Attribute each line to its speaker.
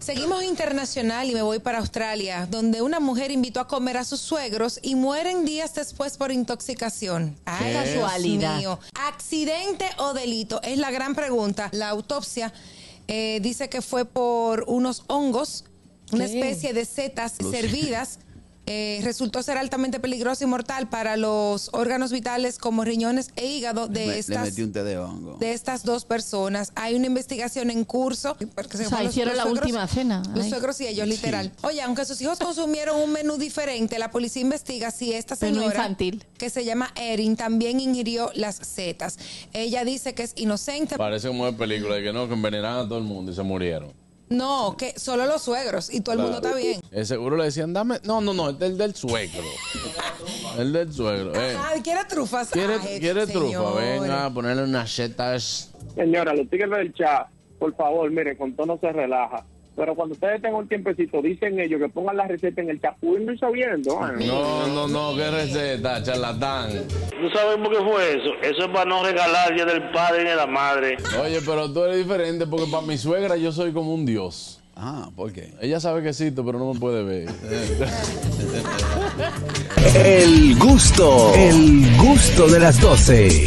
Speaker 1: Seguimos internacional y me voy para Australia, donde una mujer invitó a comer a sus suegros y mueren días después por intoxicación. Ay,
Speaker 2: ¿Qué?
Speaker 1: Dios
Speaker 2: Casualidad.
Speaker 1: mío. ¿Accidente o delito? Es la gran pregunta. La autopsia eh, dice que fue por unos hongos, una
Speaker 2: ¿Qué?
Speaker 1: especie de setas servidas. eh, resultó ser altamente peligrosa y mortal para los órganos vitales como riñones e hígado de
Speaker 3: Le- le,
Speaker 1: estas
Speaker 3: metí un té de hongo.
Speaker 1: de estas dos personas. Hay una investigación en curso. Porque se
Speaker 2: O sea,
Speaker 1: fueron
Speaker 2: hicieron la última cena.
Speaker 1: Los
Speaker 2: Ay.
Speaker 1: suegros y ellos, literal. Oye, aunque sus hijos consumieron un menú diferente, la policía investiga si esta
Speaker 2: Menú
Speaker 1: señora,
Speaker 2: infantil.
Speaker 1: que se llama Erin, también ingirió las setas. Ella dice que es inocente.
Speaker 4: Parece como de película de que no, que envenenaban a todo el mundo y se murieron.
Speaker 1: No, que solo los suegros y todo el mundo está bien.
Speaker 4: Eh, seguro le decían, dame. No, no, no, el del, del suegro. el del suegro. eh.
Speaker 1: Ajá, Ah, quiere trufas.
Speaker 4: ¿Quiere,
Speaker 1: Ay,
Speaker 4: quiere trufa?
Speaker 1: señores.
Speaker 4: Venga, ponerle unas setas.
Speaker 5: Señora, los tigres del chat, por favor, mire, con todo no se relaja. Pero cuando ustedes tengan un tiempecito, dicen ellos que pongan la receta en el chat, pudiendo y sabiendo. ¿eh?
Speaker 4: No, no, no, qué receta, charlatán.
Speaker 6: No sabemos qué fue eso. Eso es para no regalar el día del padre ni de la madre.
Speaker 4: Oye, pero tú eres diferente porque para mi suegra yo soy como un dios.
Speaker 3: Ah, ¿por qué?
Speaker 4: Ella sabe que existo, pero no me puede ver.
Speaker 7: El gusto, el gusto de las 12.